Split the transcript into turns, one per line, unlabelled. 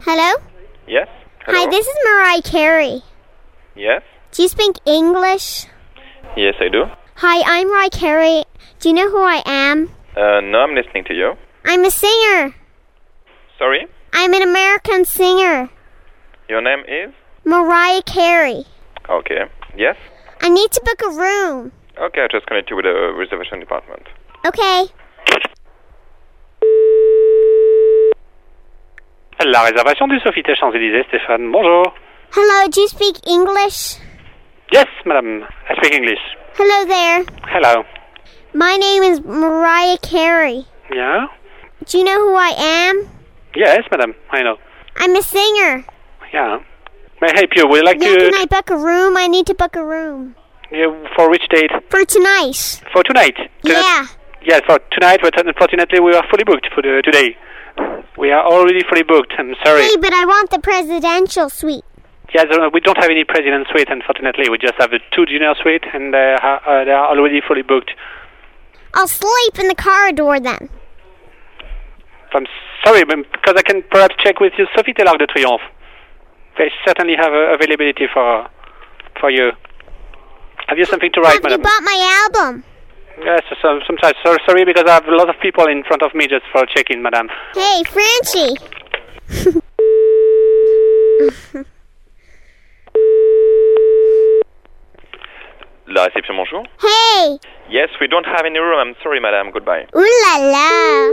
Hello?
Yes.
Hi, this is Mariah Carey.
Yes.
Do you speak English?
Yes, I do.
Hi, I'm Mariah Carey. Do you know who I am?
Uh, no, I'm listening to you.
I'm a singer.
Sorry.
I'm an American singer.
Your name is?
Mariah Carey.
Okay. Yes.
I need to book a room.
Okay, I just connect you with the reservation department.
Okay.
La réservation du Sofitel Champs-Élysées, Stéphane. Bonjour.
Hello, do you speak English?
Yes, madame. I speak English.
Hello there.
Hello.
My name is Mariah Carey.
Yeah?
Do you know who I am?
Yes, madame. I know.
I'm a singer.
Yeah. May I help you? Would you like
Yeah,
to...
can I book a room? I need to book a room.
Yeah, for which date?
For tonight.
For tonight. Tonight-
Yeah.
Yes, for tonight, but unfortunately we are fully booked for the, today. We are already fully booked. I'm sorry.
Hey, but I want the presidential suite.
Yes, uh, we don't have any president suite, unfortunately. We just have the two junior suite, and uh, ha- uh, they are already fully booked.
I'll sleep in the corridor then.
I'm sorry, but because I can perhaps check with you, Sofitel Arc de Triomphe. They certainly have uh, availability for for you. Have you something to write,
Have you
madam?
bought my album?
Yes, so, sometimes. So, sorry, because I have a lot of people in front of me just for checking, madam.
Hey, Frenchie.
La réception, bonjour.
Hey.
Yes, we don't have any room. I'm sorry, madam. Goodbye.
Ooh la la.